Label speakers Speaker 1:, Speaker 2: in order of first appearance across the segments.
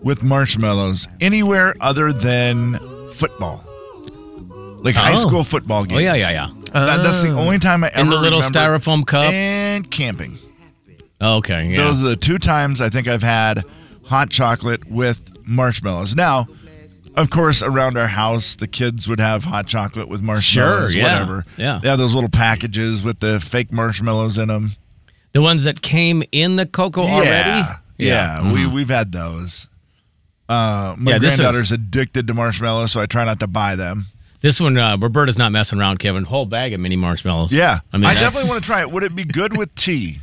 Speaker 1: with marshmallows anywhere other than football. Like high
Speaker 2: Oh.
Speaker 1: school football games.
Speaker 2: Oh yeah, yeah, yeah.
Speaker 1: That, that's the only time I ever
Speaker 2: In the little
Speaker 1: remember-
Speaker 2: styrofoam cup.
Speaker 1: and camping.
Speaker 2: Okay, yeah.
Speaker 1: Those are the two times I think I've had hot chocolate with marshmallows. Now, of course, around our house, the kids would have hot chocolate with marshmallows,
Speaker 2: Sure, yeah,
Speaker 1: whatever.
Speaker 2: yeah.
Speaker 1: They have those little packages with the fake marshmallows in them.
Speaker 2: The ones that came in the cocoa already? Mm-hmm.
Speaker 1: Yeah. yeah, We, we've had those. Uh, my
Speaker 2: Yeah, this is-
Speaker 1: granddaughter's addicted to marshmallows, so I try not to buy them.
Speaker 2: This one, uh, Roberta's not messing around, Kevin. Whole bag of mini marshmallows.
Speaker 1: Yeah.
Speaker 2: I mean,
Speaker 1: I
Speaker 2: that's-
Speaker 1: definitely want to try it. Would it be good with tea?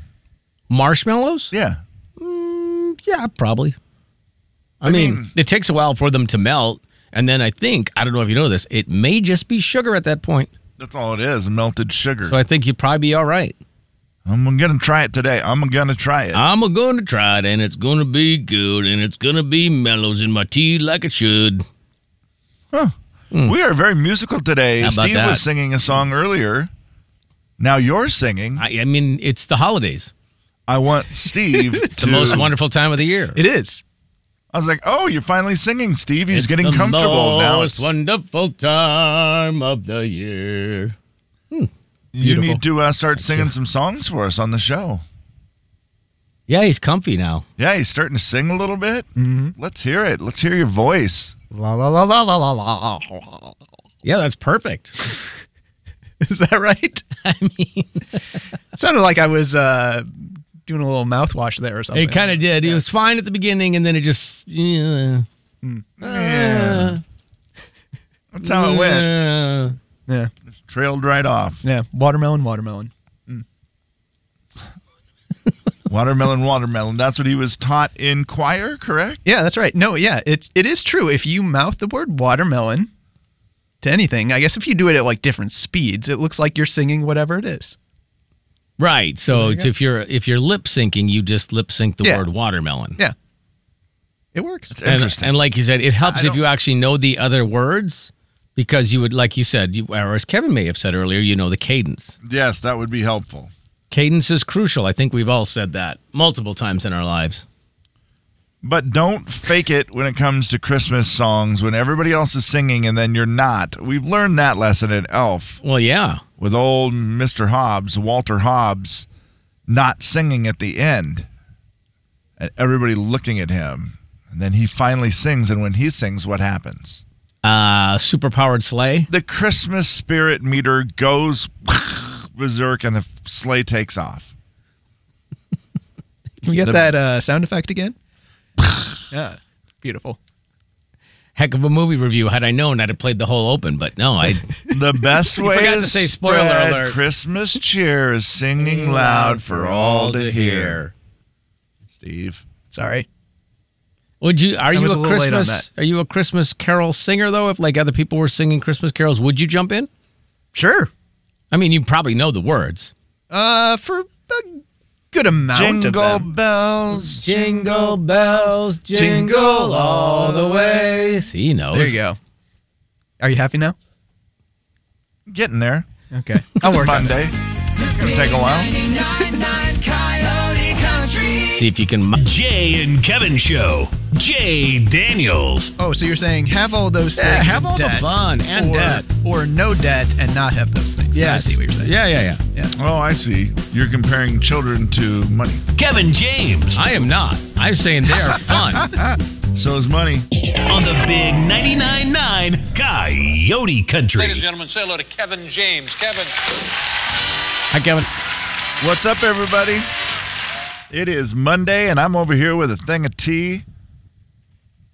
Speaker 2: Marshmallows?
Speaker 1: Yeah.
Speaker 2: Mm, Yeah, probably. I, mean, it takes a while for them to melt. And then I think, I don't know if you know this, it may just be sugar at that point.
Speaker 1: That's all it is melted sugar.
Speaker 2: So I think you'd probably be all right.
Speaker 1: I'm going to try it today. I'm going to try it.
Speaker 2: I'm going to try it, and it's going to be good, and it's going to be mellows in my tea like it should.
Speaker 1: We are very musical today.
Speaker 2: Hmm. How about
Speaker 1: Steve
Speaker 2: that?
Speaker 1: was singing a song earlier. Now you're singing. I,
Speaker 2: I, I mean, it's the holidays,
Speaker 1: want Steve
Speaker 2: the
Speaker 1: to.
Speaker 2: most wonderful time of the year.
Speaker 3: It is.
Speaker 1: I was like, oh, you're finally singing, Steve. He's
Speaker 2: It's
Speaker 1: getting
Speaker 2: the
Speaker 1: comfortable now.
Speaker 2: Most
Speaker 1: It's-
Speaker 2: wonderful time of the year.
Speaker 1: You
Speaker 2: beautiful.
Speaker 1: need to uh, start singing some songs for us on the show.
Speaker 2: Yeah, he's comfy now.
Speaker 1: Yeah, he's starting to sing a little bit. Mm-hmm. Let's hear it. Let's hear your voice.
Speaker 3: La la la la la la la. la.
Speaker 2: Yeah, that's perfect.
Speaker 3: Is that right?
Speaker 2: I mean,
Speaker 3: It sounded like I was uh, doing a little mouthwash there or something.
Speaker 2: it kind of did. It was fine at the beginning, and then it just. Yeah.
Speaker 1: Hmm.
Speaker 2: Ah.
Speaker 1: Yeah. That's how it went.
Speaker 2: yeah.
Speaker 3: Yeah.
Speaker 1: Trailed right off.
Speaker 3: Yeah. Watermelon, watermelon.
Speaker 1: Watermelon, watermelon. That's what he was taught in choir, correct?
Speaker 3: Yeah, that's right. No, yeah, it's it is true. If you mouth the word watermelon to anything, I guess if you do it at like different speeds, it looks like you're singing whatever it is.
Speaker 2: Right. So it's if you're if you're lip syncing, you just lip sync the
Speaker 3: Yeah.
Speaker 2: word watermelon.
Speaker 3: Yeah. It works.
Speaker 1: It's
Speaker 2: And,
Speaker 1: interesting.
Speaker 2: and like you said, it helps if you actually know the other words because you would, like you said, you, or as Kevin may have said earlier, you know the cadence.
Speaker 1: yes, that would be helpful.
Speaker 2: Cadence is crucial. I think we've all said that multiple times in our lives.
Speaker 1: But don't fake it when it comes to Christmas songs when everybody else is singing and then you're not. We've learned that lesson at Elf
Speaker 2: Well, yeah.
Speaker 1: with old Mr. Hobbs, Walter Hobbs, not singing at the end and everybody looking at him. And then he finally sings. And when he sings, what happens?
Speaker 2: Uh, superpowered sleigh.
Speaker 1: The Christmas spirit meter goes berserk and the sleigh takes off.
Speaker 3: Can we get
Speaker 1: The-
Speaker 3: that uh, sound effect again? yeah. Beautiful.
Speaker 2: Heck of a movie review. Had I known, I'd have played the whole open. But no, I.
Speaker 1: The best way
Speaker 2: forgot
Speaker 1: to
Speaker 2: to say spoiler
Speaker 1: spread
Speaker 2: alert.
Speaker 1: Christmas cheer is singing loud for all to hear. Steve.
Speaker 3: Sorry.
Speaker 2: Would you? Are you
Speaker 3: was a
Speaker 2: a
Speaker 3: little late on
Speaker 2: Christmas? Are you a Christmas carol singer though? If like other people were singing Christmas carols, would you jump in?
Speaker 3: Sure.
Speaker 2: I mean, you probably know the words.
Speaker 3: Uh, for a good amount of
Speaker 1: Jingle
Speaker 3: them.
Speaker 1: bells,
Speaker 2: Jingle bells,
Speaker 3: jingle all the
Speaker 2: way. See, he knows.
Speaker 3: There you go. Are you happy now?
Speaker 1: Getting there.
Speaker 3: Okay.
Speaker 1: I'll work Monday. It's gonna take a while.
Speaker 2: See if you can. mu-
Speaker 4: Jay and Kevin Show. Jay Daniels.
Speaker 3: Oh, so you're saying have all those things.
Speaker 2: Yeah, have
Speaker 3: and
Speaker 2: all the
Speaker 3: debt,
Speaker 2: fun and
Speaker 3: or,
Speaker 2: debt.
Speaker 3: Or no debt and not have those things. Yeah, I see what you're saying.
Speaker 2: Yeah, yeah, yeah.
Speaker 1: Oh, I see. You're comparing children to money.
Speaker 4: Kevin James
Speaker 2: I am not. I'm saying they are fun.
Speaker 1: So is money.
Speaker 4: on the big 99.9 9 Coyote Country.
Speaker 5: Ladies and gentlemen, say hello to Kevin James. Kevin.
Speaker 2: Hi, Kevin.
Speaker 1: What's up, everybody? It is Monday, and I'm over here with a thing of tea.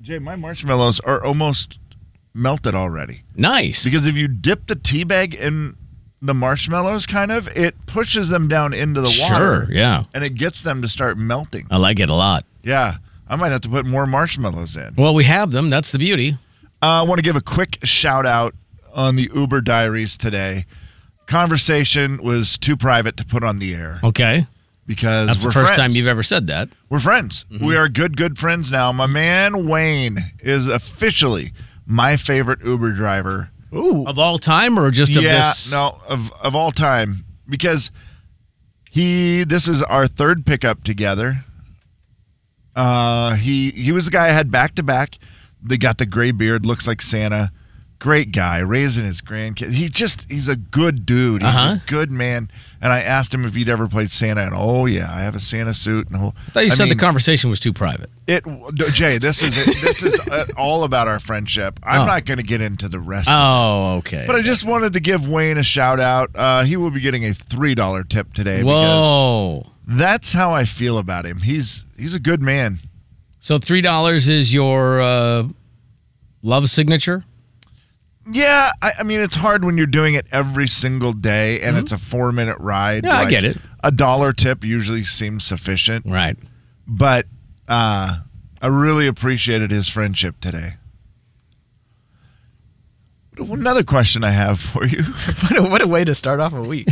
Speaker 1: Jay, my marshmallows are almost melted already.
Speaker 2: Nice.
Speaker 1: Because if you dip the tea bag in the marshmallows, kind of, it pushes them down into the water.
Speaker 2: Sure. Yeah.
Speaker 1: And it gets them to start melting.
Speaker 2: I like it a lot.
Speaker 1: Yeah. I might have to put more marshmallows in.
Speaker 2: Well, we have them. That's the beauty.
Speaker 1: Uh, I want to give a quick shout out on the Uber Diaries today. Conversation was too private to put on the air
Speaker 2: Okay.
Speaker 1: because
Speaker 2: That's
Speaker 1: we're
Speaker 2: the first time
Speaker 1: friends.
Speaker 2: you've ever Mm-hmm. said that.
Speaker 1: We're friends. We are good, good friends now. My man Wayne is officially my favorite Uber driver.
Speaker 2: Of all time or just of
Speaker 1: yeah,
Speaker 2: this?
Speaker 1: no, of of all time because he. This is our third pickup together. Uh, he he was the guy I had back to back. They got the gray beard, looks like Santa. Great guy, raising his grandkids. He just he's a good dude. He's
Speaker 2: Uh-huh.
Speaker 1: a good man. And I asked him if he'd ever played Santa, and oh yeah, I have a Santa suit. And a whole,
Speaker 2: I thought you
Speaker 1: I
Speaker 2: said
Speaker 1: mean,
Speaker 2: the conversation was too private.
Speaker 1: it, Jay, this is it. this is uh, all about our friendship. I'm
Speaker 2: Oh.
Speaker 1: not going to get into the rest. of
Speaker 2: Oh, okay.
Speaker 1: But I just wanted to give Wayne a shout out. Uh, he will be getting a three dollar tip today because
Speaker 2: Whoa.
Speaker 1: that's how I feel about him. He's he's a good man.
Speaker 2: So three dollars is your uh, love signature.
Speaker 1: Yeah, I, I mean it's hard when you're doing it every single day and it's a four minute ride.
Speaker 2: Mm-hmm. Yeah, I get it.
Speaker 1: A dollar tip usually seems sufficient,
Speaker 2: Right.
Speaker 1: but uh, I really appreciated his friendship today. Another question I have for you.
Speaker 3: What, a, what a way to start off a week.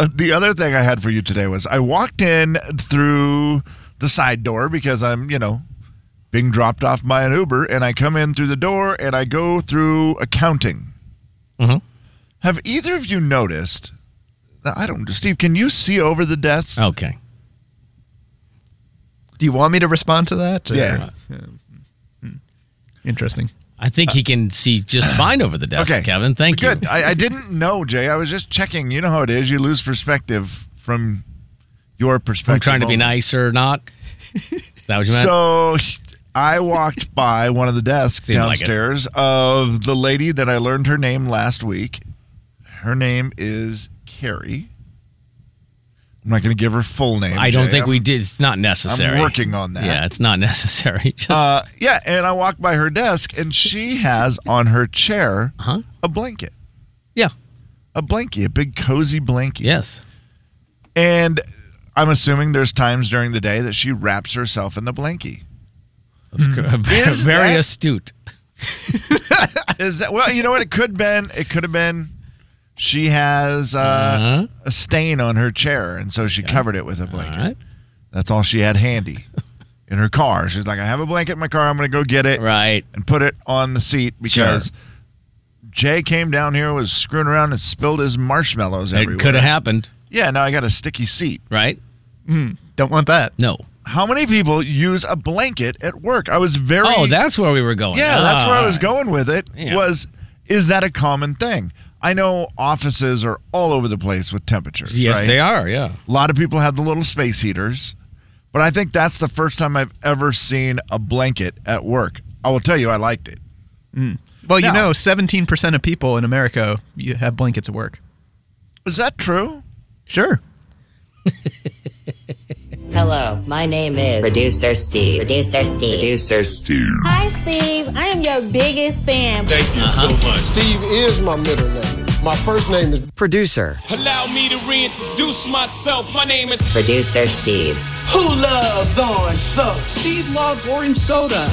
Speaker 1: Uh, the other thing I had for you today was I walked in through the side door because I'm, you know, being dropped off by an Uber, and I come in through the door and I go through accounting.
Speaker 2: Mhm.
Speaker 1: Have either of you noticed? I don't. Steve, can you see over the desks?
Speaker 2: Okay.
Speaker 3: Do you want me to respond to that? or-
Speaker 1: Yeah.
Speaker 3: Interesting.
Speaker 2: I think he can see just fine over the desk,
Speaker 1: Okay.
Speaker 2: Kevin. Thank
Speaker 1: Good.
Speaker 2: you.
Speaker 1: I, I didn't know, Jay. I was just checking. You know how it is. You lose perspective from your perspective.
Speaker 2: I'm trying to be
Speaker 1: only.
Speaker 2: nice or not. Is that what you meant?
Speaker 1: So I walked by one of the desks
Speaker 2: Seemed like it.
Speaker 1: downstairs of the lady that I learned her name last week. Her name is Carrie. I'm not going to give her full name.
Speaker 2: I don't
Speaker 1: Jay.
Speaker 2: think
Speaker 1: I'm-
Speaker 2: we did. It's not necessary.
Speaker 1: working on that.
Speaker 2: Yeah, it's not necessary. Just-
Speaker 1: Uh, yeah, and I walked by her desk, and she has on her chair
Speaker 2: Huh?
Speaker 1: a blanket,
Speaker 2: yeah.
Speaker 1: a blankie, a big cozy blankie.
Speaker 2: Yes.
Speaker 1: And I'm assuming there's times during the day that she wraps herself in the blankie.
Speaker 2: That's cor-
Speaker 1: Hmm. Is
Speaker 2: Very
Speaker 1: that-
Speaker 2: astute.
Speaker 1: Is that well? You know what? It could been. It could have been. She has uh,
Speaker 2: Uh-huh.
Speaker 1: a stain on her chair, and so she covered it with a
Speaker 2: All
Speaker 1: blanket.
Speaker 2: right.
Speaker 1: That's all she had handy in her car. She's like, "I have a blanket in my car. I'm going to go get it
Speaker 2: Right.
Speaker 1: and put it on the seat because Jay came down here was screwing around and spilled his marshmallows everywhere.
Speaker 2: It could have happened.
Speaker 1: Yeah. Now I got a sticky seat.
Speaker 2: Right.
Speaker 3: Don't want that.
Speaker 2: No.
Speaker 1: How many people use a blanket at work? I was very.
Speaker 2: Oh, that's where we were going.
Speaker 1: Yeah, that's where I
Speaker 2: Ah,
Speaker 1: was going with it.
Speaker 2: Yeah.
Speaker 1: Was is that a common thing? I know offices are all over the place with temperatures.
Speaker 2: Yes,
Speaker 1: right?
Speaker 2: they are. Yeah.
Speaker 1: A lot of people have the little space heaters, but I think that's the first time I've ever seen a blanket at work. I will tell you, I liked it.
Speaker 2: Mm.
Speaker 3: Well, you
Speaker 1: No.
Speaker 3: know, 17% of people in America you have blankets at work.
Speaker 1: Is that true?
Speaker 3: Sure.
Speaker 6: Hello, my name is Producer Steve. Producer Steve. Producer Steve.
Speaker 7: Hi, Steve. I am your biggest fan.
Speaker 5: Uh-huh.
Speaker 4: Thank you so much.
Speaker 8: Steve is my middle name.
Speaker 9: My first name is Producer.
Speaker 5: Allow me to reintroduce myself. My name is
Speaker 6: Producer Steve.
Speaker 7: Who loves orange soda? Steve loves orange soda.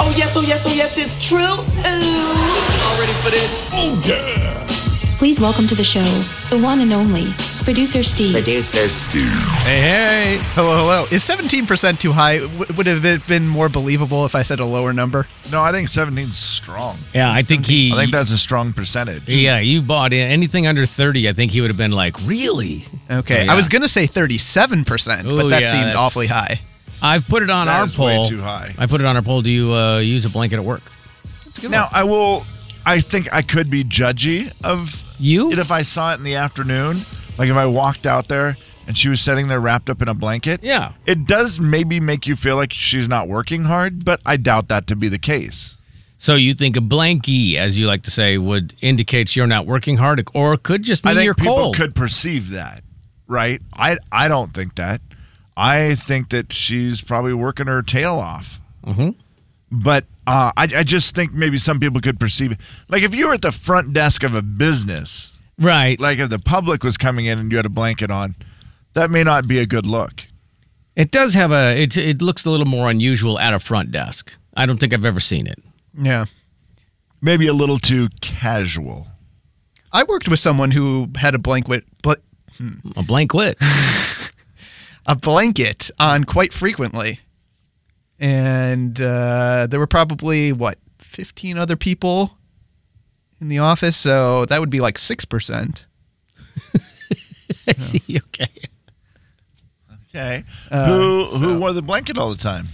Speaker 7: oh, yes, oh, yes, oh, yes, it's true. Ooh. All ready for this? Oh, yeah.
Speaker 10: Please welcome to the show the one and only producer Steve.
Speaker 6: Producer Steve.
Speaker 2: Hey, hey.
Speaker 3: Hello, hello. Is 17% too high? W- would have it been more believable if I said a lower number?
Speaker 1: No, I think 17's strong.
Speaker 2: Yeah, I think he.
Speaker 1: I think that's a strong percentage.
Speaker 2: Yeah, you bought in anything under 30. I think he would have been like, really?
Speaker 3: Okay.
Speaker 2: So, Oh, yeah.
Speaker 3: I was going to say 37%,
Speaker 2: Ooh,
Speaker 3: but that
Speaker 2: yeah,
Speaker 3: seemed
Speaker 2: that's-
Speaker 3: awfully high.
Speaker 2: I've put it on
Speaker 1: That
Speaker 2: our
Speaker 1: is way
Speaker 2: poll.
Speaker 1: too high.
Speaker 2: I put it on our poll. Do you uh, use a blanket at work?
Speaker 1: Now I will. I think I could be judgy of
Speaker 2: you
Speaker 1: it if I saw it in the afternoon. Like if I walked out there and she was sitting there wrapped up in a blanket.
Speaker 2: Yeah.
Speaker 1: It does maybe make you feel like she's not working hard, but I doubt that to be the case.
Speaker 2: So you think a blankie, as you like to say, would indicate you're not working hard, or could just mean
Speaker 1: I think
Speaker 2: you're
Speaker 1: people
Speaker 2: cold.
Speaker 1: could perceive that, right? I I don't think that. I think that she's probably working her tail off.
Speaker 2: Mhm.
Speaker 1: But uh, I I just think maybe some people could perceive it. Like if you were at the front desk of a business,
Speaker 2: right?
Speaker 1: Like if the public was coming in and you had a blanket on, that may not be a good look.
Speaker 2: It does have a. It it looks a little more unusual at a front desk. I don't think I've ever seen it.
Speaker 3: Yeah.
Speaker 1: Maybe a little too casual.
Speaker 3: I worked with someone who had a blanket, but
Speaker 2: A blanket.
Speaker 3: a blanket on quite frequently. And uh, there were probably, what, 15 other people in the office? So that would be like 6%.
Speaker 2: okay.
Speaker 1: Okay.
Speaker 3: Uh,
Speaker 1: who who
Speaker 3: so-
Speaker 1: wore the blanket all the time?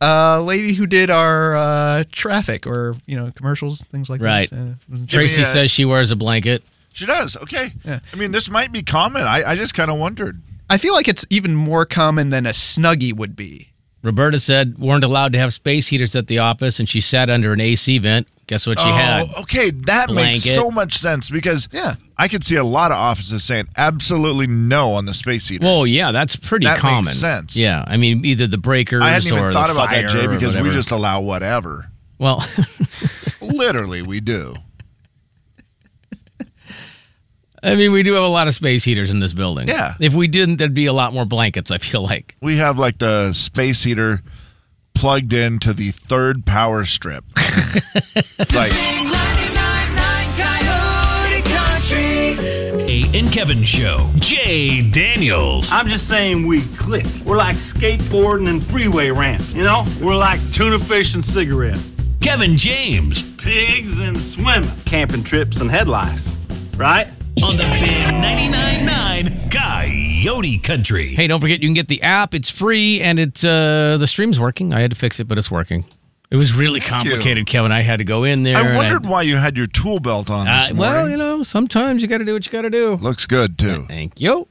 Speaker 3: A lady who did our uh, traffic or, you know, commercials, things like
Speaker 2: Right.
Speaker 3: that. Uh,
Speaker 2: Tracy
Speaker 1: a-
Speaker 2: says she wears a blanket.
Speaker 1: She does. Okay.
Speaker 3: Yeah.
Speaker 1: I mean, this might be common. I, I just kind of wondered.
Speaker 3: I feel like it's even more common than a Snuggie would be.
Speaker 2: Roberta said weren't allowed to have space heaters at the office, and she sat under an AC vent. Guess what she had?
Speaker 1: Oh, Okay, that makes
Speaker 2: Blanket.
Speaker 1: so much sense because
Speaker 3: Yeah.
Speaker 1: I could see a lot of offices saying absolutely no on the space heaters.
Speaker 2: Well, yeah, that's pretty
Speaker 1: That makes
Speaker 2: common.
Speaker 1: sense.
Speaker 2: Yeah, I mean, either the breakers
Speaker 1: I hadn't
Speaker 2: or
Speaker 1: even
Speaker 2: the
Speaker 1: thought about that,
Speaker 2: fire
Speaker 1: Jay,
Speaker 2: or
Speaker 1: because we
Speaker 2: whatever.
Speaker 1: just allow whatever.
Speaker 2: well,
Speaker 1: Literally, we do.
Speaker 2: I mean, we do have a lot of space heaters in this building.
Speaker 1: Yeah.
Speaker 2: If we didn't, there'd be a lot more blankets. I feel like.
Speaker 1: We have like the space heater plugged into the third power strip. like,
Speaker 4: A and Kevin Show. Jay Daniels.
Speaker 11: I'm just saying we click. We're like skateboarding and freeway ramps, you know? We're like tuna fish and cigarettes,
Speaker 4: Kevin James.
Speaker 11: pigs and swimming, camping trips and headlights, right?
Speaker 4: On the big 99.9 Coyote Country.
Speaker 2: Hey, don't forget you can get the app. It's free and it's uh, the stream's working. I had to fix it, but it's working. It was really complicated, Kevin. I had to go in there. and
Speaker 1: I wondered why you had your tool belt on
Speaker 2: Uh,
Speaker 1: this morning.
Speaker 2: well, you know, sometimes you got to do what you got to do.
Speaker 1: Looks good too.
Speaker 2: Thank you.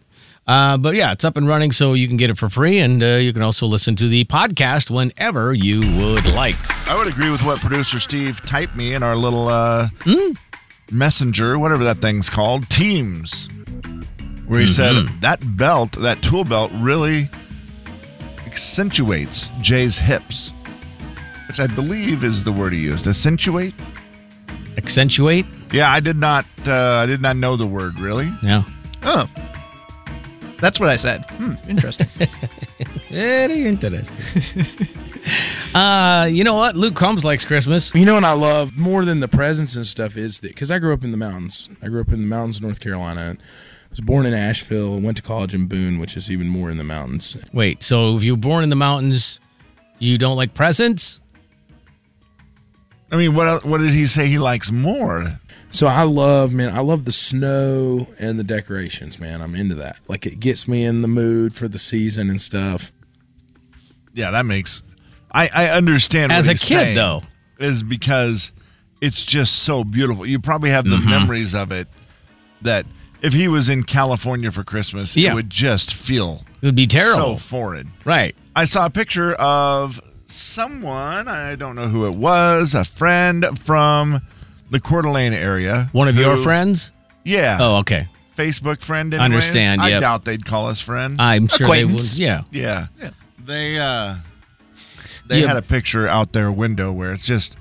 Speaker 2: Uh, but yeah, it's up and running, so you can get it for free, and uh, you can also listen to the podcast whenever you would like.
Speaker 1: I would agree with what producer Steve typed me in our little uh,
Speaker 2: Mm.
Speaker 1: messenger, whatever that thing's called, Teams, where he
Speaker 2: Mm-hmm.
Speaker 1: said that belt, that tool belt, really accentuates Jay's hips, which I believe is the word he used. Accentuate?
Speaker 2: Accentuate?
Speaker 1: Yeah, I did not. Uh, I did not know the word really.
Speaker 2: No.
Speaker 3: Oh. That's what I said. Hmm, interesting.
Speaker 2: Very interesting. uh, you know what? Luke Combs likes Christmas.
Speaker 12: You know what I love more than the presents and stuff is that because I grew up in the mountains. I grew up in the mountains of North Carolina. And was born in Asheville. Went to college in Boone, which is even more in the mountains.
Speaker 2: Wait, so if you're born in the mountains, you don't like presents?
Speaker 1: I mean, what el- what did he say he likes more?
Speaker 12: So I love, man, I love the snow and the decorations, man. I'm into that. Like it gets me in the mood for the season and stuff.
Speaker 1: Yeah, that makes. I I understand
Speaker 2: As
Speaker 1: what
Speaker 2: a
Speaker 1: he's
Speaker 2: kid,
Speaker 1: saying
Speaker 2: though.
Speaker 1: is because it's just so beautiful. You probably have
Speaker 2: Mm-hmm.
Speaker 1: the memories of it that if he was in California for Christmas,
Speaker 2: Yeah.
Speaker 1: it would just feel
Speaker 2: It would be
Speaker 1: so
Speaker 2: terrible.
Speaker 1: foreign.
Speaker 2: right.
Speaker 1: I saw a picture of someone I don't know who it was, a friend from the Coeur d'Alene area.
Speaker 2: One of your
Speaker 1: who-
Speaker 2: friends?
Speaker 1: Yeah,
Speaker 2: Oh, okay.
Speaker 1: Facebook friend. Anyways.
Speaker 2: Understand,
Speaker 1: I
Speaker 2: yep. Uh,
Speaker 1: doubt they'd call us friends.
Speaker 2: I'm sure they would.
Speaker 3: Acquaintance.
Speaker 2: Yeah.
Speaker 1: Yeah. They uh they
Speaker 2: Yeah.
Speaker 1: had a picture out their window where it's just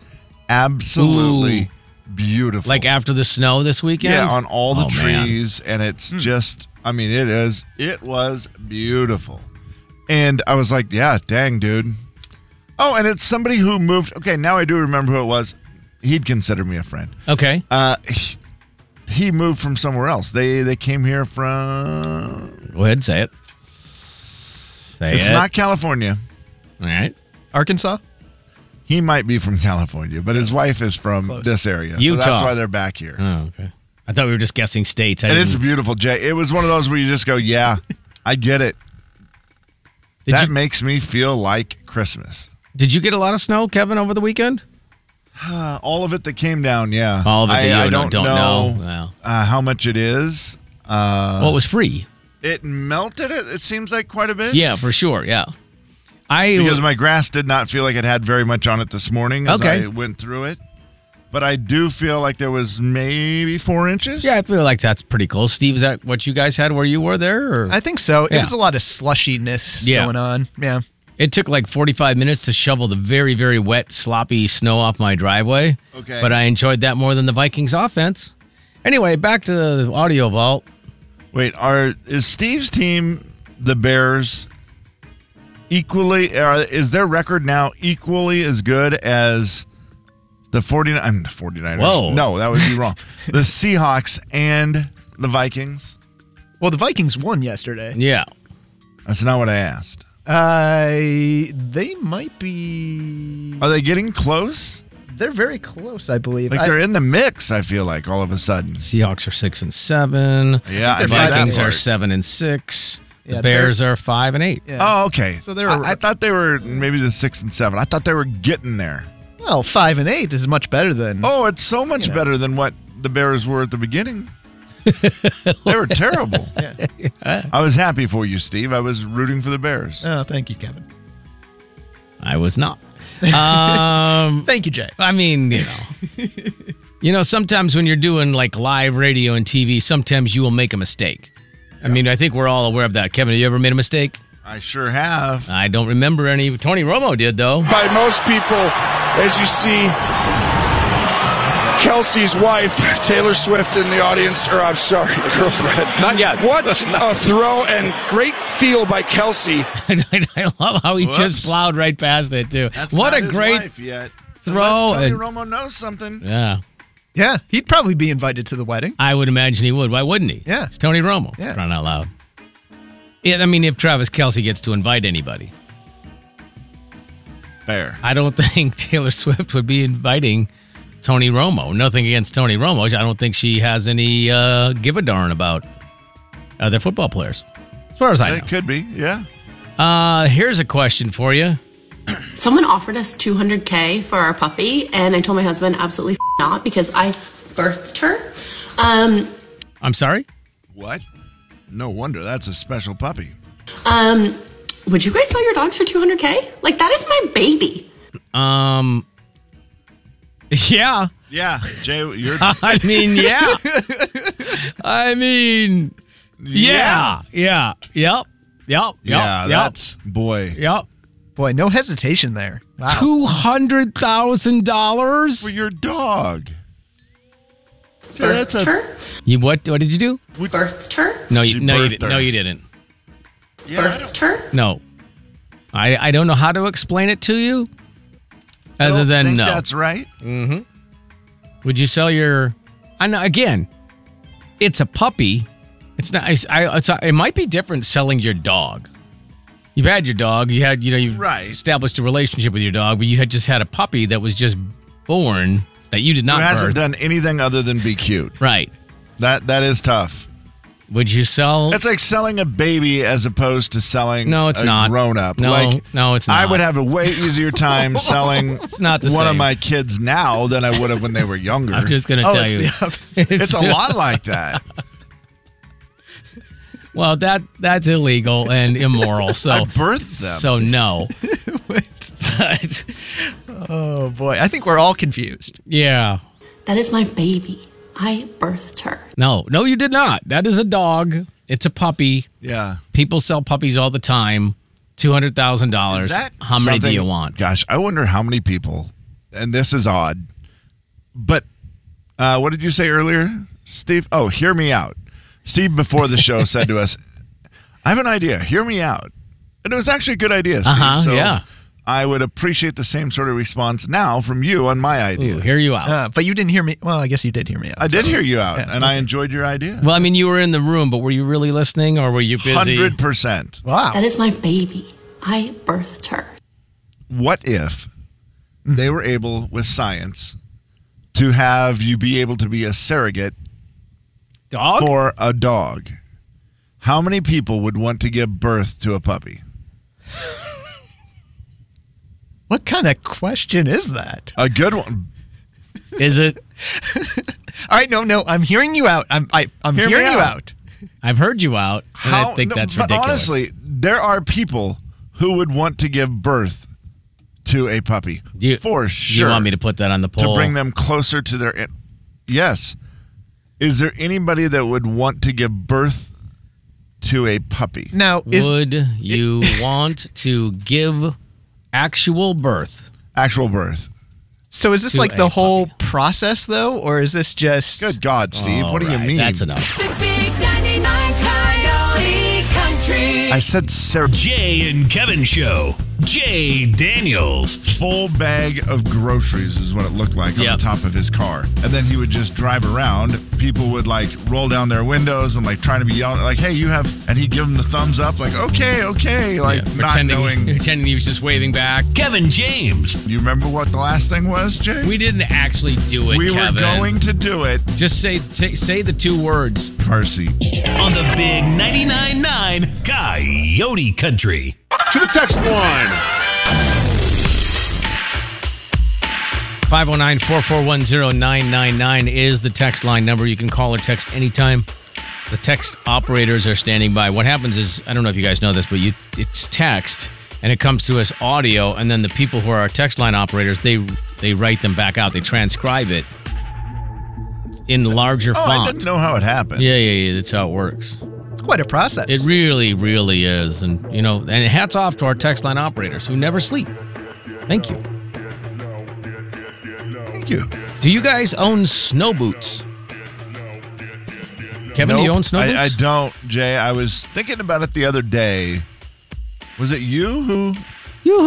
Speaker 1: absolutely beautiful.
Speaker 2: Like after the snow this weekend?
Speaker 1: Yeah, on all the
Speaker 2: Oh, man.
Speaker 1: trees, and it's just. I mean, it is. It was beautiful, and I was like, "Yeah, dang, dude." Oh, and it's somebody who moved. Okay, now I do remember who it was. He'd consider me a friend.
Speaker 2: Okay.
Speaker 1: Uh, he, he moved from somewhere else. They they came here from.
Speaker 2: Go ahead, say it. Say
Speaker 1: it's
Speaker 2: it.
Speaker 1: not California.
Speaker 2: All right.
Speaker 3: Arkansas.
Speaker 1: He might be from California, but his wife is from this area. So that's
Speaker 2: Utah.
Speaker 1: why they're back here.
Speaker 2: Oh, okay. I thought we were just guessing states. I
Speaker 1: and it's
Speaker 2: didn't-
Speaker 1: beautiful, Jay. It was one of those where you just go, yeah, I get it. that makes me feel like Christmas.
Speaker 2: Did you get a lot of snow, Kevin, over the weekend?
Speaker 1: Uh, all of it that came down, yeah.
Speaker 2: All of it that
Speaker 1: I,
Speaker 2: you
Speaker 1: I
Speaker 2: don't- don't
Speaker 1: don't, know,
Speaker 2: know. Wow.
Speaker 1: uh, how much it is. Uh,
Speaker 2: well, it was free.
Speaker 1: It melted. It, it seems like quite a bit.
Speaker 2: Yeah, for sure. Yeah. I
Speaker 1: because my grass did not feel like it had very much on it this morning. As
Speaker 2: Okay.
Speaker 1: I went through it, but I do feel like there was maybe four inches.
Speaker 2: Yeah, I feel like that's pretty close. Steve, is that what you guys had where you were there? Or?
Speaker 3: I think so. It
Speaker 2: Yeah.
Speaker 3: was a lot of slushiness
Speaker 2: Yeah.
Speaker 3: going on. Yeah.
Speaker 2: It took like 45 minutes to shovel the very, very wet, sloppy snow off my driveway.
Speaker 1: Okay.
Speaker 2: But I enjoyed that more than the Vikings offense. Anyway, back to the audio vault.
Speaker 1: Wait, are is Steve's team the Bears equally are, is their record now equally as good as the 49 I'm the 49ers.
Speaker 2: Whoa.
Speaker 1: No, that would be wrong. the Seahawks and the Vikings?
Speaker 3: Well, the Vikings won yesterday.
Speaker 2: Yeah.
Speaker 1: That's not what I asked.
Speaker 3: Uh, they might be.
Speaker 1: Are they getting close?
Speaker 3: They're very close, I believe.
Speaker 1: Like
Speaker 3: I-
Speaker 1: they're in the mix, I feel like all of a sudden.
Speaker 2: Seahawks are six and seven. The
Speaker 1: Yeah, I know that
Speaker 2: Vikings are
Speaker 1: part.
Speaker 2: seven and six.
Speaker 3: Yeah,
Speaker 2: the Bears are five and eight.
Speaker 1: Oh, okay. So they were I, I thought they were maybe the 6 and 7. I thought they were getting there.
Speaker 3: well, five and eight is much better than.
Speaker 1: Oh, it's so much better than what the Bears were at the beginning. they were terrible. I was happy for you, Steve. I was rooting for the Bears.
Speaker 3: Oh, thank you, Kevin.
Speaker 2: I was not. Um,
Speaker 3: Thank you, Jay.
Speaker 2: I mean, you know, you know, sometimes when you're doing like live radio and TV, sometimes you will make a mistake. I mean, I think we're all aware of that. Kevin, have you ever made a mistake?
Speaker 1: I sure have.
Speaker 2: I don't remember any. Tony Romo did though.
Speaker 13: by most people as you see Kelsey's wife, Taylor Swift, in the audience, or I'm sorry, girlfriend. Not yet. What a throw and great feel by Kelsey.
Speaker 2: I love how he
Speaker 1: Whoops.
Speaker 2: just plowed right past it too. what a great throw!
Speaker 1: Unless Tony
Speaker 2: and-
Speaker 1: Romo knows something.
Speaker 2: yeah,
Speaker 3: Yeah, he'd probably be invited to the wedding.
Speaker 2: I would imagine he would. Why wouldn't he? Yeah, it's Tony Romo.
Speaker 3: Yeah.
Speaker 2: crying out loud. Yeah, I mean, if Travis Kelsey gets to invite anybody,
Speaker 1: fair.
Speaker 2: I don't think Taylor Swift would be inviting Tony Romo. Nothing against Tony Romo. I don't think she has any uh, give a darn about other football players, as far as I
Speaker 1: It
Speaker 2: know.
Speaker 1: could be. Yeah.
Speaker 2: Uh, here's a question for you.
Speaker 14: Someone offered us 200k for our puppy, and I told my husband absolutely f- not because I birthed her. Um,
Speaker 2: I'm sorry.
Speaker 1: What? No wonder that's a special puppy.
Speaker 14: um, would you guys sell your dogs for 200k? Like that is my baby.
Speaker 2: Um, yeah.
Speaker 1: Yeah, Jay, you're.
Speaker 2: I mean, yeah. I mean, yeah, yeah, yep, yep, yep,
Speaker 1: Yeah,
Speaker 2: yep.
Speaker 1: that's boy.
Speaker 2: Yep.
Speaker 3: Boy, no hesitation there. Wow.
Speaker 2: Two hundred thousand dollars
Speaker 1: for your dog.
Speaker 14: Birthed her.
Speaker 2: You what? What did you do?
Speaker 14: Birthed her.
Speaker 2: No, you
Speaker 14: She
Speaker 2: no, you
Speaker 14: birthed
Speaker 2: didn't.
Speaker 14: her.
Speaker 2: No, you didn't.
Speaker 14: birthed her.
Speaker 2: No, I I don't know how to explain it to you, other
Speaker 1: Don't
Speaker 2: than
Speaker 1: think
Speaker 2: no.
Speaker 1: That's right.
Speaker 2: Mm-hmm. Would you sell your? I know. Again, it's a puppy. It's not. It's, I. It's, it might be different selling your dog. You've had your dog. You had. You know. You've
Speaker 1: Right.
Speaker 2: established a relationship with your dog, but you had just had a puppy that was just born that you did not.
Speaker 1: Who
Speaker 2: birth.
Speaker 1: hasn't done anything other than be cute?
Speaker 2: Right.
Speaker 1: That that is tough.
Speaker 2: Would you sell?
Speaker 1: It's like selling a baby as opposed to selling
Speaker 2: No, it's
Speaker 1: a
Speaker 2: not.
Speaker 1: grown up.
Speaker 2: No,
Speaker 1: like,
Speaker 2: no, it's
Speaker 1: I
Speaker 2: not.
Speaker 1: would have a way easier time selling
Speaker 2: not the
Speaker 1: one of
Speaker 2: same.
Speaker 1: my kids now than I would have when they were younger.
Speaker 2: I'm just gonna Oh, tell it's you. the opposite.
Speaker 1: it's a lot like that.
Speaker 2: Well, that that's illegal and immoral. So
Speaker 1: I birthed them.
Speaker 2: Oh. So no.
Speaker 3: Oh boy, I think we're all confused.
Speaker 2: Yeah.
Speaker 14: That is my baby. I birthed her.
Speaker 2: No, no, you did not. That is a dog. It's a puppy.
Speaker 1: Yeah.
Speaker 2: People sell puppies all the time. Two hundred thousand dollars.
Speaker 1: That
Speaker 2: How many do
Speaker 1: something-
Speaker 2: you want?
Speaker 1: Gosh, I wonder how many people, and this is odd, but Uh, what did you say earlier, Steve? Oh, hear me out. Steve before the show said to us, "I have an idea. Hear me out," and it was actually a good idea. Steve.
Speaker 2: Uh-huh,
Speaker 1: so
Speaker 2: yeah.
Speaker 1: I would appreciate the same sort of response now from you on my idea.
Speaker 2: hear you out.
Speaker 3: Uh, but you didn't hear me. Well, I guess you did hear me out.
Speaker 1: I did hear you out,
Speaker 3: Yeah,
Speaker 1: and I enjoyed your idea.
Speaker 2: Well, I mean, you were in the room, but were you really listening or were you busy?
Speaker 1: Hundred percent. Wow.
Speaker 14: That is my baby. I birthed her.
Speaker 1: what if
Speaker 2: Mm-hmm.
Speaker 1: they were able with science to have you be able to be a surrogate
Speaker 2: dog
Speaker 1: for a dog how many people would want to give birth to a puppy
Speaker 3: What kind of question is that?
Speaker 1: a good one
Speaker 2: Is it?
Speaker 3: All right, no, no. I'm hearing you out. I'm I, I'm
Speaker 1: Hear me
Speaker 3: hearing you
Speaker 1: out.
Speaker 3: out.
Speaker 2: I've heard you out. and I think
Speaker 1: no,
Speaker 2: that's
Speaker 1: but
Speaker 2: ridiculous.
Speaker 1: honestly there are people who would want to give birth to a puppy for sure
Speaker 2: want me to put that on the poll?
Speaker 1: to bring them closer to their yes is there anybody that would want to give birth to a puppy
Speaker 3: now
Speaker 2: Would you want to give actual birth?
Speaker 1: Actual birth.
Speaker 3: So is this
Speaker 2: To
Speaker 3: like
Speaker 2: a
Speaker 3: the whole process though, or is this just? Good
Speaker 1: God, Steve, what do you All right, mean? that's
Speaker 2: enough.
Speaker 1: I said Sarah.
Speaker 4: Jay and Kevin Show. Jay Daniels.
Speaker 1: Full bag of groceries is what it looked like on the top of his car. And then he would just drive around. People would like roll down their windows and like trying to be yelling, like, hey, you have. And he'd give them the thumbs up, like, okay, okay. Like, not
Speaker 2: pretending-
Speaker 1: knowing.
Speaker 2: Pretending he was just waving back.
Speaker 4: Kevin James.
Speaker 1: You remember what the last thing was, Jay?
Speaker 2: We didn't actually do it.
Speaker 1: We
Speaker 2: Kevin.
Speaker 1: were going to do it.
Speaker 2: Just say t- say the two words.
Speaker 1: Car seat.
Speaker 4: On the big 99.9 9 Coyote Country.
Speaker 13: To the text line.
Speaker 2: 509-441-0999 is the text line number. You can call or text anytime. The text operators are standing by. What happens is, I don't know if you guys know this, but you it's text and it comes to us audio, and then the people who are our text line operators, they they write them back out. They transcribe it in larger
Speaker 1: Oh,
Speaker 2: font.
Speaker 1: I didn't know how it happened.
Speaker 2: Yeah, yeah, yeah. That's how it works.
Speaker 3: It's quite a process.
Speaker 2: It really, really is. And, you know, and hats off to our text line operators who never sleep. Thank you.
Speaker 1: Thank you.
Speaker 2: Do you guys own snow boots? Kevin, do you
Speaker 1: Nope.
Speaker 2: own snow boots?
Speaker 1: I, I don't, Jay. I was thinking about it the other day. Was it you who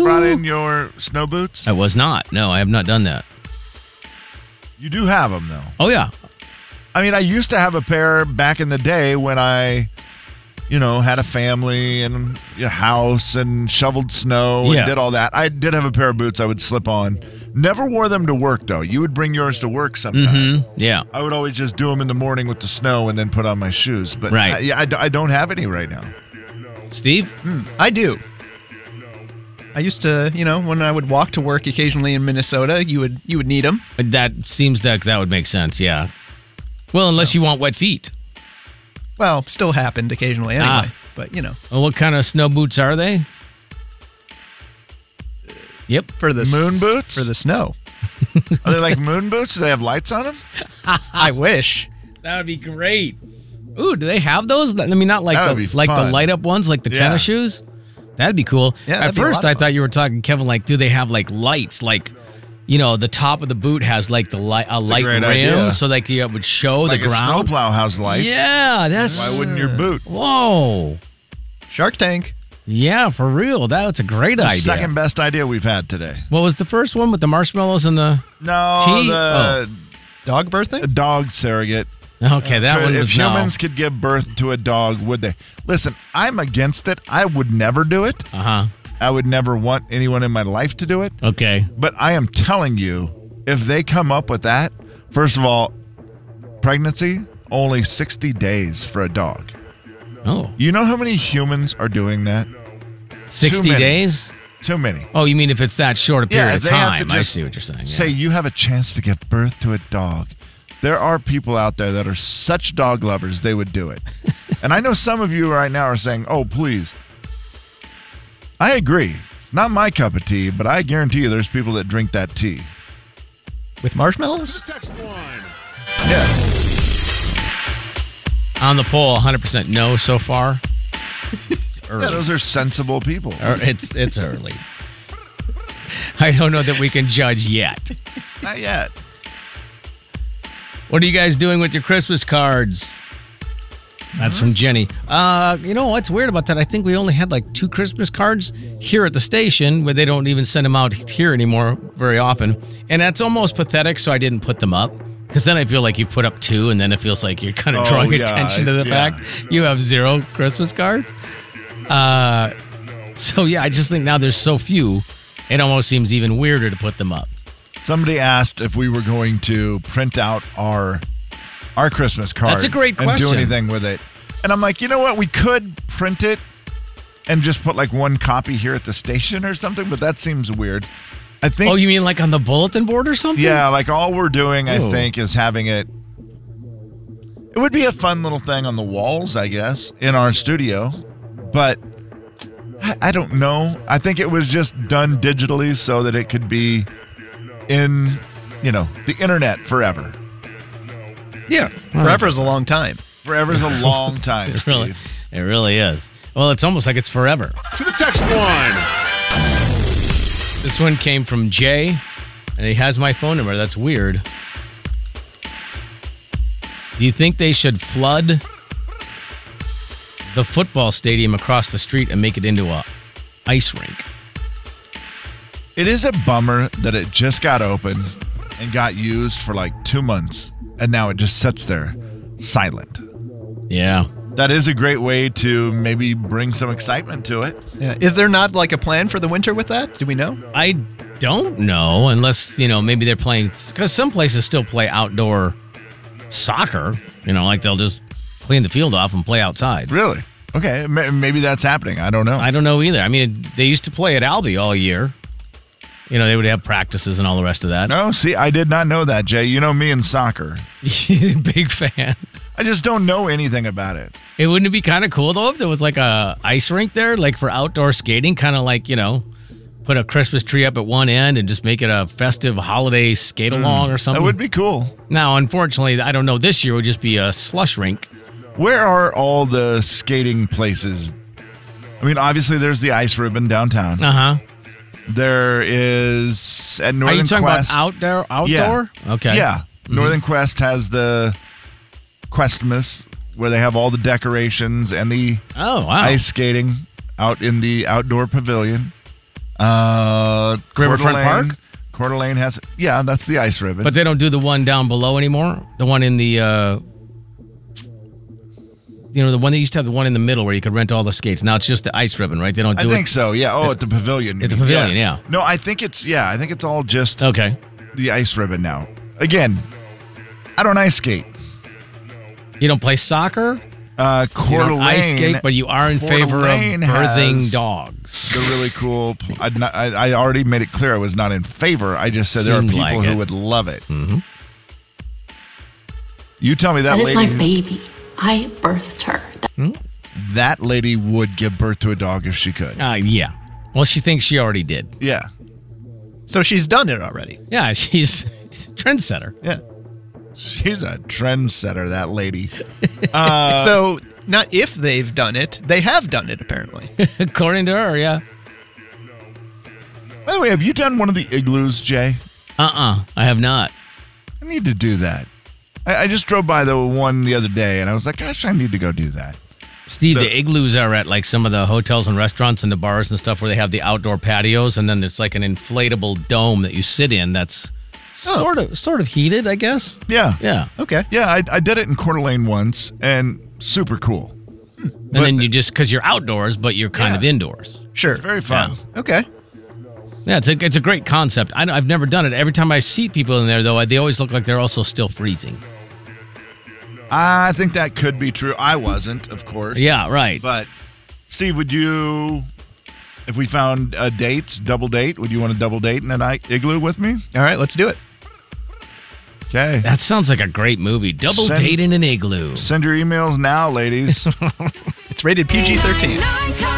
Speaker 1: brought in your snow boots?
Speaker 2: I was not. No, I have not done that.
Speaker 1: You do have them though.
Speaker 2: Oh yeah.
Speaker 1: I mean, I used to have a pair back in the day when I, you know, had a family and a house and shoveled snow
Speaker 2: Yeah.
Speaker 1: and did all that. I did have a pair of boots I would slip on. Never wore them to work though. You would bring yours to work sometimes.
Speaker 2: Mm-hmm. Yeah.
Speaker 1: I would always just do them in the morning with the snow and then put on my shoes. But
Speaker 2: Right.
Speaker 1: I, yeah, I, d- I don't have any right now.
Speaker 2: Steve?
Speaker 1: Hmm.
Speaker 3: I do. I used to, you know, when I would walk to work occasionally in Minnesota, you would you would need them.
Speaker 2: That seems that that would make sense. Yeah. Well, unless you want wet feet.
Speaker 3: Well, still happened occasionally anyway.
Speaker 2: Ah.
Speaker 3: But you know,
Speaker 2: Well, what kind of snow boots are they? Yep.
Speaker 3: for the s-
Speaker 1: Moon boots?
Speaker 3: for the snow.
Speaker 1: Are they like moon boots? Do they have lights on them?
Speaker 2: Ah.
Speaker 3: I wish.
Speaker 2: That would be great. Ooh, do they have those? I mean, not like
Speaker 1: That would
Speaker 2: the
Speaker 1: be
Speaker 2: like the
Speaker 1: fun.
Speaker 2: light up ones, like the
Speaker 1: Yeah.
Speaker 2: tennis shoes. That'd be cool.
Speaker 3: Yeah,
Speaker 2: At
Speaker 3: that'd be a
Speaker 2: first,
Speaker 3: lot of
Speaker 2: I
Speaker 3: fun.
Speaker 2: thought you were talking, Kevin. Like, do they have like lights? Like, you know, the top of the boot has like the light a
Speaker 1: a
Speaker 2: light
Speaker 1: great
Speaker 2: rim,
Speaker 1: idea.
Speaker 2: so like you- it would show
Speaker 1: like
Speaker 2: the
Speaker 1: a
Speaker 2: ground.
Speaker 1: snowplow has lights.
Speaker 2: Yeah, that's
Speaker 1: Why wouldn't your boot?
Speaker 2: Whoa,
Speaker 3: Shark Tank.
Speaker 2: yeah, for real. That's a great
Speaker 1: The
Speaker 2: idea.
Speaker 1: second best idea we've had today.
Speaker 2: What was the first one with the marshmallows and the?
Speaker 1: No,
Speaker 2: Tea? Oh.
Speaker 1: the
Speaker 3: dog birthing,
Speaker 1: dog surrogate.
Speaker 2: Okay, that
Speaker 1: Could-
Speaker 2: one.
Speaker 1: if
Speaker 2: was no.
Speaker 1: humans could give birth to a dog, would they? Listen, I'm against it. I would never do it.
Speaker 2: Uh huh.
Speaker 1: I would never want anyone in my life to do it.
Speaker 2: Okay.
Speaker 1: But I am telling you, if they come up with that, first of all, pregnancy only 60 days for a dog.
Speaker 2: Oh.
Speaker 1: You know how many humans are doing that?
Speaker 2: 60
Speaker 1: many.
Speaker 2: days?
Speaker 1: Too many.
Speaker 2: Oh, you mean if it's that short a period of time? I see what you're saying.
Speaker 1: Say you have a chance to give birth to a dog. There are people out there that are such dog lovers, they would do it. and I know some of you right now are saying, oh, please. I agree. It's not my cup of tea, but I guarantee you there's people that drink that tea.
Speaker 3: With marshmallows?
Speaker 1: Yes.
Speaker 2: On the poll, 100% no so far.
Speaker 1: Yeah, those are sensible people.
Speaker 2: Or It's it's early. I don't know that we can judge yet.
Speaker 1: Not yet.
Speaker 2: What are you guys doing with your Christmas cards? That's from Jenny. Uh, you know what's weird about that? I think we only had like two Christmas cards here at the station, where they don't even send them out here anymore very often, and that's almost pathetic. So I didn't put them up because then I feel like you put up two, and then it feels like you're kind of
Speaker 15: Oh,
Speaker 2: drawing
Speaker 15: yeah,
Speaker 2: attention to the
Speaker 15: yeah.
Speaker 2: fact you have zero Christmas cards. Uh, so yeah, I just think now there's so few, it almost seems even weirder to put them up.
Speaker 1: Somebody asked if we were going to print out our our Christmas card.
Speaker 2: That's a great
Speaker 1: And
Speaker 2: question.
Speaker 1: do anything with it. And I'm like, you know what? We could print it and just put like one copy here at the station or something, but that seems weird. I think.
Speaker 2: Oh, you mean like on the bulletin board or something?
Speaker 1: Yeah, like all we're doing, I
Speaker 2: Ooh.
Speaker 1: think, is having it. It would be a fun little thing on the walls, I guess, in our studio, but I- I don't know. I think it was just done digitally so that it could be in, you know, the internet forever.
Speaker 3: Yeah, forever is a long time.
Speaker 1: Forever is a long time.
Speaker 2: It really, it really is. Well, it's almost like it's forever.
Speaker 9: To the text line.
Speaker 2: This one came from Jay, and he has my phone number. That's weird. Do you think they should flood the football stadium across the street and make it into a ice rink?
Speaker 1: It is a bummer that it just got open and got used for like two months, and now it just sits there silent.
Speaker 2: Yeah.
Speaker 1: That is a great way to maybe bring some excitement to it.
Speaker 3: Yeah. Is there not like a plan for the winter with that? Do we know?
Speaker 2: I don't know, unless you know maybe they're playing because some places still play outdoor soccer. You know, like they'll just clean the field off and play outside.
Speaker 1: Really? Okay, ma- maybe that's happening. I don't know.
Speaker 2: I don't know either. I mean, they used to play at Albee all year. You know, they would have practices and all the rest of that.
Speaker 1: No, see, I did not know that, Jay. You know me and soccer.
Speaker 2: Big fan.
Speaker 1: I just don't know anything about it.
Speaker 2: It wouldn't it be kind of cool though if there was like a ice rink there, like for outdoor skating, kind of like you know, put a Christmas tree up at one end and just make it a festive holiday skate along or something.
Speaker 1: Hmm. That would be cool.
Speaker 2: Now, unfortunately, I don't know. This year would just be a slush rink.
Speaker 1: Where are all the skating places? I mean, obviously, there's the Ice Ribbon downtown.
Speaker 2: Uh huh.
Speaker 1: There is at Northern
Speaker 2: Are you talking
Speaker 1: Quest.
Speaker 2: about outdoor? Outdoor?
Speaker 1: Yeah.
Speaker 2: Okay.
Speaker 1: Yeah.
Speaker 2: Mhm.
Speaker 1: Northern Quest has the Questmas where they have all the decorations and the
Speaker 2: oh wow.
Speaker 1: ice skating out in the outdoor pavilion. Uh,
Speaker 2: Riverfront Park?
Speaker 1: Coeur d'Alene has yeah, that's the ice ribbon.
Speaker 2: But they don't do the one down below anymore. The one in the, uh, you know, the one they used to have the one in the middle where you could rent all the skates. Now it's just the ice ribbon, right? They don't
Speaker 1: I
Speaker 2: do it.
Speaker 1: think so. Yeah. Oh, at the pavilion.
Speaker 2: At the
Speaker 1: you mean.
Speaker 2: pavilion, yeah. Uh,
Speaker 1: No, I think it's yeah. I think it's all just
Speaker 2: okay.
Speaker 1: The ice ribbon now. Again, I don't ice skate.
Speaker 2: You don't play soccer.
Speaker 1: Uh,
Speaker 2: You
Speaker 1: Coeur
Speaker 2: don't ice
Speaker 1: d'Alene-
Speaker 2: skate, but you are in
Speaker 1: Coeur
Speaker 2: favor of
Speaker 1: d'Alene
Speaker 2: birthing
Speaker 1: has
Speaker 2: dogs.
Speaker 1: The really cool. I, I, I already made it clear I was not in favor. I just said there are
Speaker 2: Seemed
Speaker 1: people
Speaker 2: like
Speaker 1: who
Speaker 2: it. Mm-hmm.
Speaker 1: would love it. You tell me that,
Speaker 14: That is
Speaker 1: lady.
Speaker 14: my baby. I birthed her.
Speaker 1: That lady would give birth to a dog if she could.
Speaker 2: Uh, yeah. Well, she thinks she already did.
Speaker 1: Yeah.
Speaker 3: So she's done it already.
Speaker 2: Yeah, she's, she's a trendsetter.
Speaker 1: Yeah. She's a trendsetter, that lady. Uh,
Speaker 3: so not if they've done it, they have done it apparently.
Speaker 2: According to her, yeah.
Speaker 1: By the way, have you done one of the igloos, Jay?
Speaker 2: Uh uh I have not.
Speaker 1: I need to do that. I, I just drove by the one the other day and I was like, gosh, I need to go do that.
Speaker 2: Steve, the, igloos are at like some of the hotels and restaurants and the bars and stuff where they have the outdoor patios, and then it's like an inflatable dome that you sit in. That's
Speaker 1: Oh.
Speaker 2: sort of sort of heated, I guess.
Speaker 1: Yeah.
Speaker 2: Yeah.
Speaker 3: Okay.
Speaker 1: Yeah, I, I did it in Coeur d'Alene once and super cool.
Speaker 2: And then you just because you're outdoors, but you're kind of indoors.
Speaker 3: Sure.
Speaker 1: It's very fun.
Speaker 3: Okay.
Speaker 2: Yeah, it's a it's a great concept. I, I've never done it. Every time I see people in there, though, I, they always look like they're also still freezing.
Speaker 1: I think that could be true. I wasn't, of course.
Speaker 2: Yeah, right.
Speaker 1: But Steve, would you, if we found a date, double date, would you want to double date in an i- igloo with me?
Speaker 3: All right, let's do it.
Speaker 1: Okay.
Speaker 2: That sounds like a great movie. Double
Speaker 1: Send-
Speaker 2: date in an igloo.
Speaker 1: Send your emails now, ladies.
Speaker 3: it's rated PG 13.